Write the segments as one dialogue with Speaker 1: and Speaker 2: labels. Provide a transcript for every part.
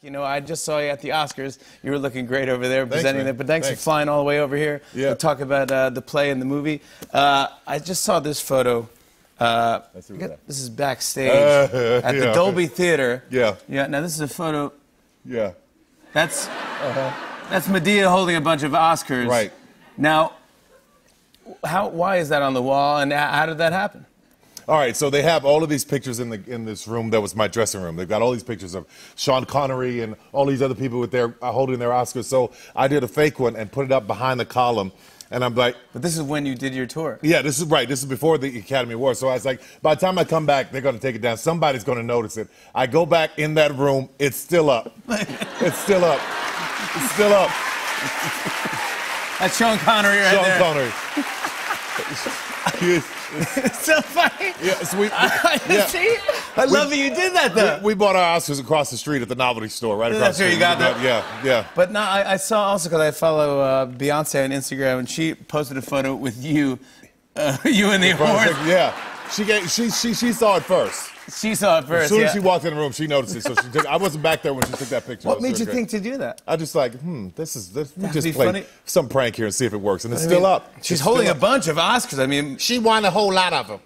Speaker 1: You know, I just saw you at the Oscars. You were looking great over there presenting
Speaker 2: man.
Speaker 1: that. But thanks,
Speaker 2: Thanks.
Speaker 1: for flying all the way over here
Speaker 2: Yeah.
Speaker 1: to talk about uh, the play and the movie. Uh, I just saw this photo. Uh, I
Speaker 2: see what
Speaker 1: got-
Speaker 2: that-
Speaker 1: this is backstage
Speaker 2: Uh,
Speaker 1: at the
Speaker 2: yeah.
Speaker 1: Dolby Theater.
Speaker 2: Yeah.
Speaker 1: Yeah. Now this is a photo.
Speaker 2: Yeah.
Speaker 1: That's that's Medea holding a bunch of Oscars.
Speaker 2: Uh-huh. Right.
Speaker 1: Now, how? Why is that on the wall? And h- how did that happen?
Speaker 2: All right, so they have all of these pictures in the in this room that was my dressing room. They've got all these pictures of Sean Connery and all these other people with their uh, holding their Oscars. So I did a fake one and put it up behind the column, and I'm like,
Speaker 1: But this is when you did your tour.
Speaker 2: yeah, this is right. This is before the Academy Awards. So I was like, by the time I come back, they're going to take it down. Somebody's going to notice it. I go back in that room. It's still up. it's still up. It's still up.
Speaker 1: That's Sean Connery right
Speaker 2: Sean
Speaker 1: there.
Speaker 2: Connery. Yes.
Speaker 1: so funny.
Speaker 2: Yes, we-
Speaker 1: I
Speaker 2: yeah.
Speaker 1: see. I
Speaker 2: We-
Speaker 1: love that you did that though.
Speaker 2: We bought our Oscars across the street at the novelty store, right
Speaker 1: That's
Speaker 2: across the
Speaker 1: where
Speaker 2: street.
Speaker 1: you got
Speaker 2: We did that. Yeah, yeah.
Speaker 1: But no, I, I saw also because I follow uh, Beyonce on Instagram, and she posted a photo with you, uh, you in the awards.
Speaker 2: Yeah. She, gave, she she she saw it first.
Speaker 1: She saw it first.
Speaker 2: As soon as
Speaker 1: yeah.
Speaker 2: she walked in the room, she noticed it. So she took, I wasn't back there when she took that picture.
Speaker 1: what
Speaker 2: It was
Speaker 1: made
Speaker 2: really
Speaker 1: you
Speaker 2: great.
Speaker 1: think to do that?
Speaker 2: I just like, hmm, this is this. We
Speaker 1: That'd
Speaker 2: just
Speaker 1: be
Speaker 2: play
Speaker 1: funny.
Speaker 2: some prank here and see if it works, and it's
Speaker 1: I
Speaker 2: still
Speaker 1: mean,
Speaker 2: up.
Speaker 1: She's
Speaker 2: It's
Speaker 1: holding
Speaker 2: still
Speaker 1: a
Speaker 2: up.
Speaker 1: bunch of Oscars. I mean,
Speaker 3: She won a whole lot of them.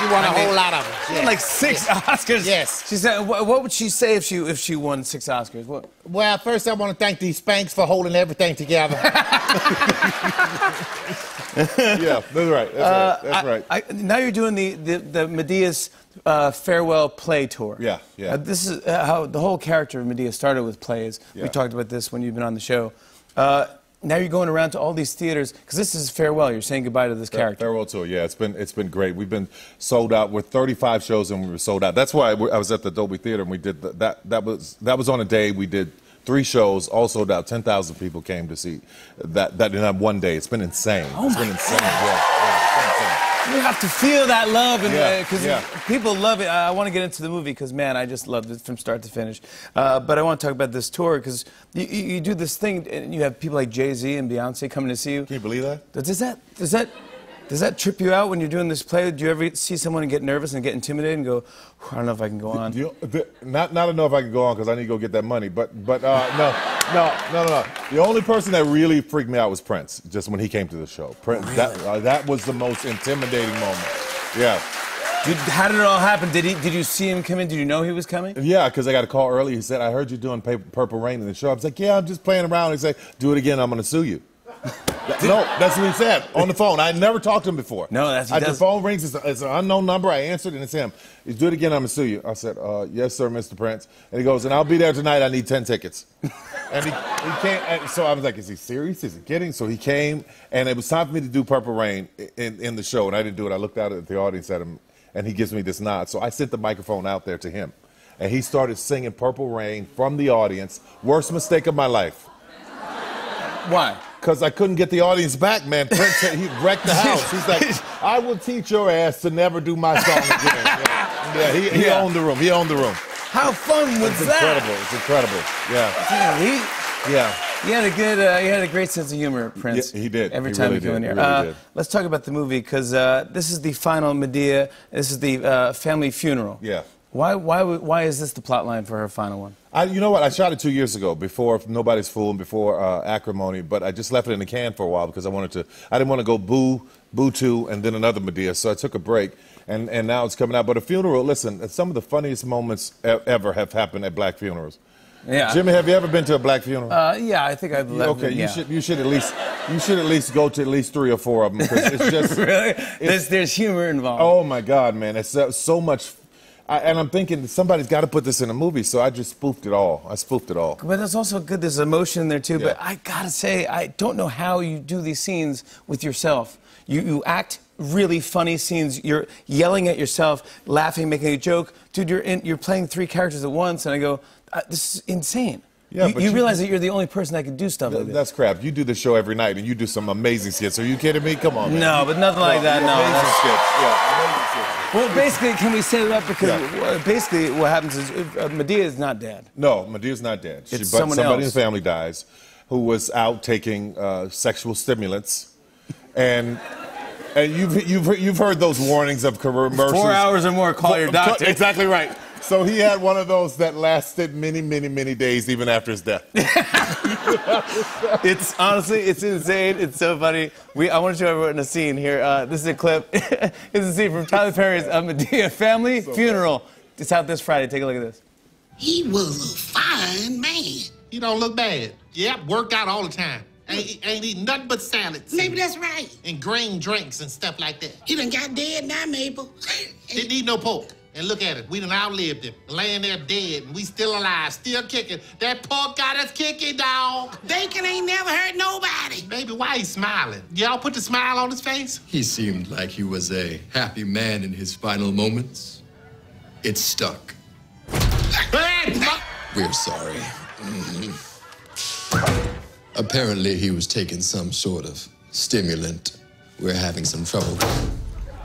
Speaker 3: She won a
Speaker 1: I mean,
Speaker 3: whole lot of them.
Speaker 1: she had like six Oscars.
Speaker 3: Yes.
Speaker 1: She said, what, "What would she say if she if she won six Oscars?" What?
Speaker 3: Well, first I want to thank these Spanks for holding everything together.
Speaker 2: yeah, that's right. That's right. That's
Speaker 1: Uh, I-
Speaker 2: right.
Speaker 1: I, now you're doing the the, the Medea's uh, farewell play tour.
Speaker 2: Yeah, yeah.
Speaker 1: Uh, this is uh, how the whole character of Medea started with plays. We
Speaker 2: Yeah.
Speaker 1: talked about this when you've been on the show. Uh, now you're going around to all these theaters because this is farewell. You're saying goodbye to this character.
Speaker 2: Farewell tour. Yeah, it's been it's been great. We've been sold out. We're 35 shows and we were sold out. That's why I w- I was at the Dolby Theater and we did th- that. That was that was on a day we did three shows, all sold out. 10,000 people came to see that that in that one day. It's been insane. Oh it's been insane. Yeah, yeah, it's been insane.
Speaker 1: You have to feel that love, and
Speaker 2: Yeah,
Speaker 1: because
Speaker 2: yeah.
Speaker 1: people love it. I, I want to get into the movie because man, I just loved it from start to finish. Uh, but I want to talk about this tour because you, you, you do this thing, and you have people like Jay Z and Beyonce coming to see you.
Speaker 2: Can you believe that?
Speaker 1: Does that does that does that trip you out when you're doing this play? Do you ever see someone and get nervous and get intimidated and go, "Whew, I don't know if I can go on?
Speaker 2: You, the, not not enough. I can go on because I need to go get that money. But but uh, no no no no no. The only person that really freaked me out was Prince. Just when he came to the show, Prince. That uh, that was the most intimidating moment. Yeah.
Speaker 1: Did- how did it all happen? Did he did you see him come in? Did you know he was coming?
Speaker 2: Yeah, because I got a call early. He said, I heard you doing Pap- Purple Rain in the show. I was like, yeah, I'm just playing around. He's like, do it again. I'm going to sue you. no, that's what he said on the phone. I never talked to him before.
Speaker 1: No, that's- he
Speaker 2: I, the
Speaker 1: does-
Speaker 2: phone rings. It's, it's an unknown number. I answered and it's him. He's do it again. I'm gonna sue you. I said, uh, yes, sir, Mr. Prince. And he goes, and I'll be there tonight. I need ten tickets. and he, he can't. And so I was like, is he serious? Is he kidding? So he came, and it was time for me to do Purple Rain i- in, in the show, and I didn't do it. I looked out at the audience at him, and he gives me this nod. So I sent the microphone out there to him, and he started singing Purple Rain from the audience. Worst mistake of my life.
Speaker 1: Why?
Speaker 2: Because I couldn't get the audience back, man. Prince, said he wrecked the house. He's like, I will teach your ass to never do my song again. Yeah, Yeah, he, he
Speaker 1: Yeah.
Speaker 2: owned the room. He owned the room.
Speaker 1: How fun was
Speaker 2: It's incredible.
Speaker 1: that?
Speaker 2: It's incredible. Yeah,
Speaker 1: Damn, he,
Speaker 2: yeah.
Speaker 1: he had a good, uh, he had a great sense of humor, Prince.
Speaker 2: Yeah, he did.
Speaker 1: Every
Speaker 2: He
Speaker 1: time
Speaker 2: really
Speaker 1: he came in
Speaker 2: did.
Speaker 1: here.
Speaker 2: He really
Speaker 1: Uh,
Speaker 2: did.
Speaker 1: Let's talk about the movie because uh, this is the final Medea. This is the uh, family funeral.
Speaker 2: Yeah.
Speaker 1: Why, why, would- why is this the plot line for her final one?
Speaker 2: I, you know what? I shot it two years ago, before Nobody's Fool and before uh, Acrimony, but I just left it in the can for a while because I wanted to. I didn't want to go boo, boo two, and then another Medea, so I took a break, and, and now it's coming out. But a funeral, listen, some of the funniest moments e- ever have happened at black funerals.
Speaker 1: Yeah.
Speaker 2: Jimmy, have you ever been to a black funeral?
Speaker 1: Uh, yeah, I think I've left.
Speaker 2: Okay,
Speaker 1: yeah.
Speaker 2: you should you should at least you should at least go to at least three or four of them because it's just
Speaker 1: really? There's, there's humor involved.
Speaker 2: oh my god, man, it's so, so much. I, and I'm thinking somebody's got to put this in a movie, so I just spoofed it all. I spoofed it all.
Speaker 1: But there's also good, there's emotion in there too. But
Speaker 2: Yeah.
Speaker 1: I gotta say, I don't know how you do these scenes with yourself. You, you act really funny scenes. You're yelling at yourself, laughing, making a joke. Dude, you're, in, you're playing three characters at once, and I go, uh, this is insane.
Speaker 2: Yeah,
Speaker 1: you,
Speaker 2: but
Speaker 1: you
Speaker 2: you-
Speaker 1: realize that you're the only person that can do stuff like this.
Speaker 2: That's crap. You do the show every night, and you do some amazing skits. Are you kidding me? Come on. Man.
Speaker 1: No, but nothing like that, no.
Speaker 2: Amazing
Speaker 1: That's-
Speaker 2: skits. Yeah, amazing skits.
Speaker 1: Well, basically, can we say that? Because
Speaker 2: Yeah.
Speaker 1: uh, basically, what happens is uh, Medea is not dead.
Speaker 2: No, Medea's not dead. She,
Speaker 1: It's
Speaker 2: but
Speaker 1: someone
Speaker 2: somebody
Speaker 1: else.
Speaker 2: in the family dies who was out taking uh, sexual stimulants. And and you've, you've, you've heard those warnings of commercials.
Speaker 1: Four hours or more, call your doctor.
Speaker 2: Exactly right. So he had one of those that lasted many, many, many days even after his death.
Speaker 1: It's honestly, it's insane. It's so funny. We, I want to show everyone a scene here. Uh, this is a clip. this is a scene from Tyler Perry's uh, Medea family funeral. It's out this Friday. Take a look at this.
Speaker 4: He was a fine man.
Speaker 5: He don't look bad. Yep, work out all the time. Ain't, ain't eating nothing but salads and-
Speaker 4: Maybe that's right.
Speaker 5: and green drinks and stuff like that.
Speaker 4: He done got dead now, Mabel.
Speaker 5: Didn't eat no pork. And look at it, we done outlived him. Laying there dead, and we still alive, still kicking. That pork got us kicking, dog.
Speaker 4: Bacon ain't never hurt nobody.
Speaker 5: Baby, why he smiling? Y'all put the smile on his face?
Speaker 6: He seemed like he was a happy man in his final moments. It stuck.
Speaker 5: Hey, fuck.
Speaker 6: We're sorry. Mm. Apparently, he was taking some sort of stimulant. We're having some trouble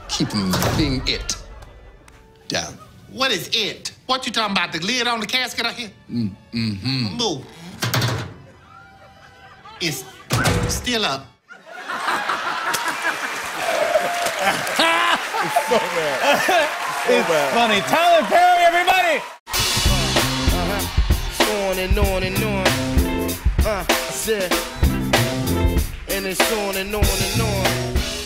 Speaker 6: keeping being it down.
Speaker 5: what is it? What you talking about? The lid on the casket out here? Mm-hmm. Move. It's still up.
Speaker 1: It's funny. Tyler Perry, everybody.
Speaker 7: Uh-huh. on and on and on. Uh, I said, and it's on and on and on.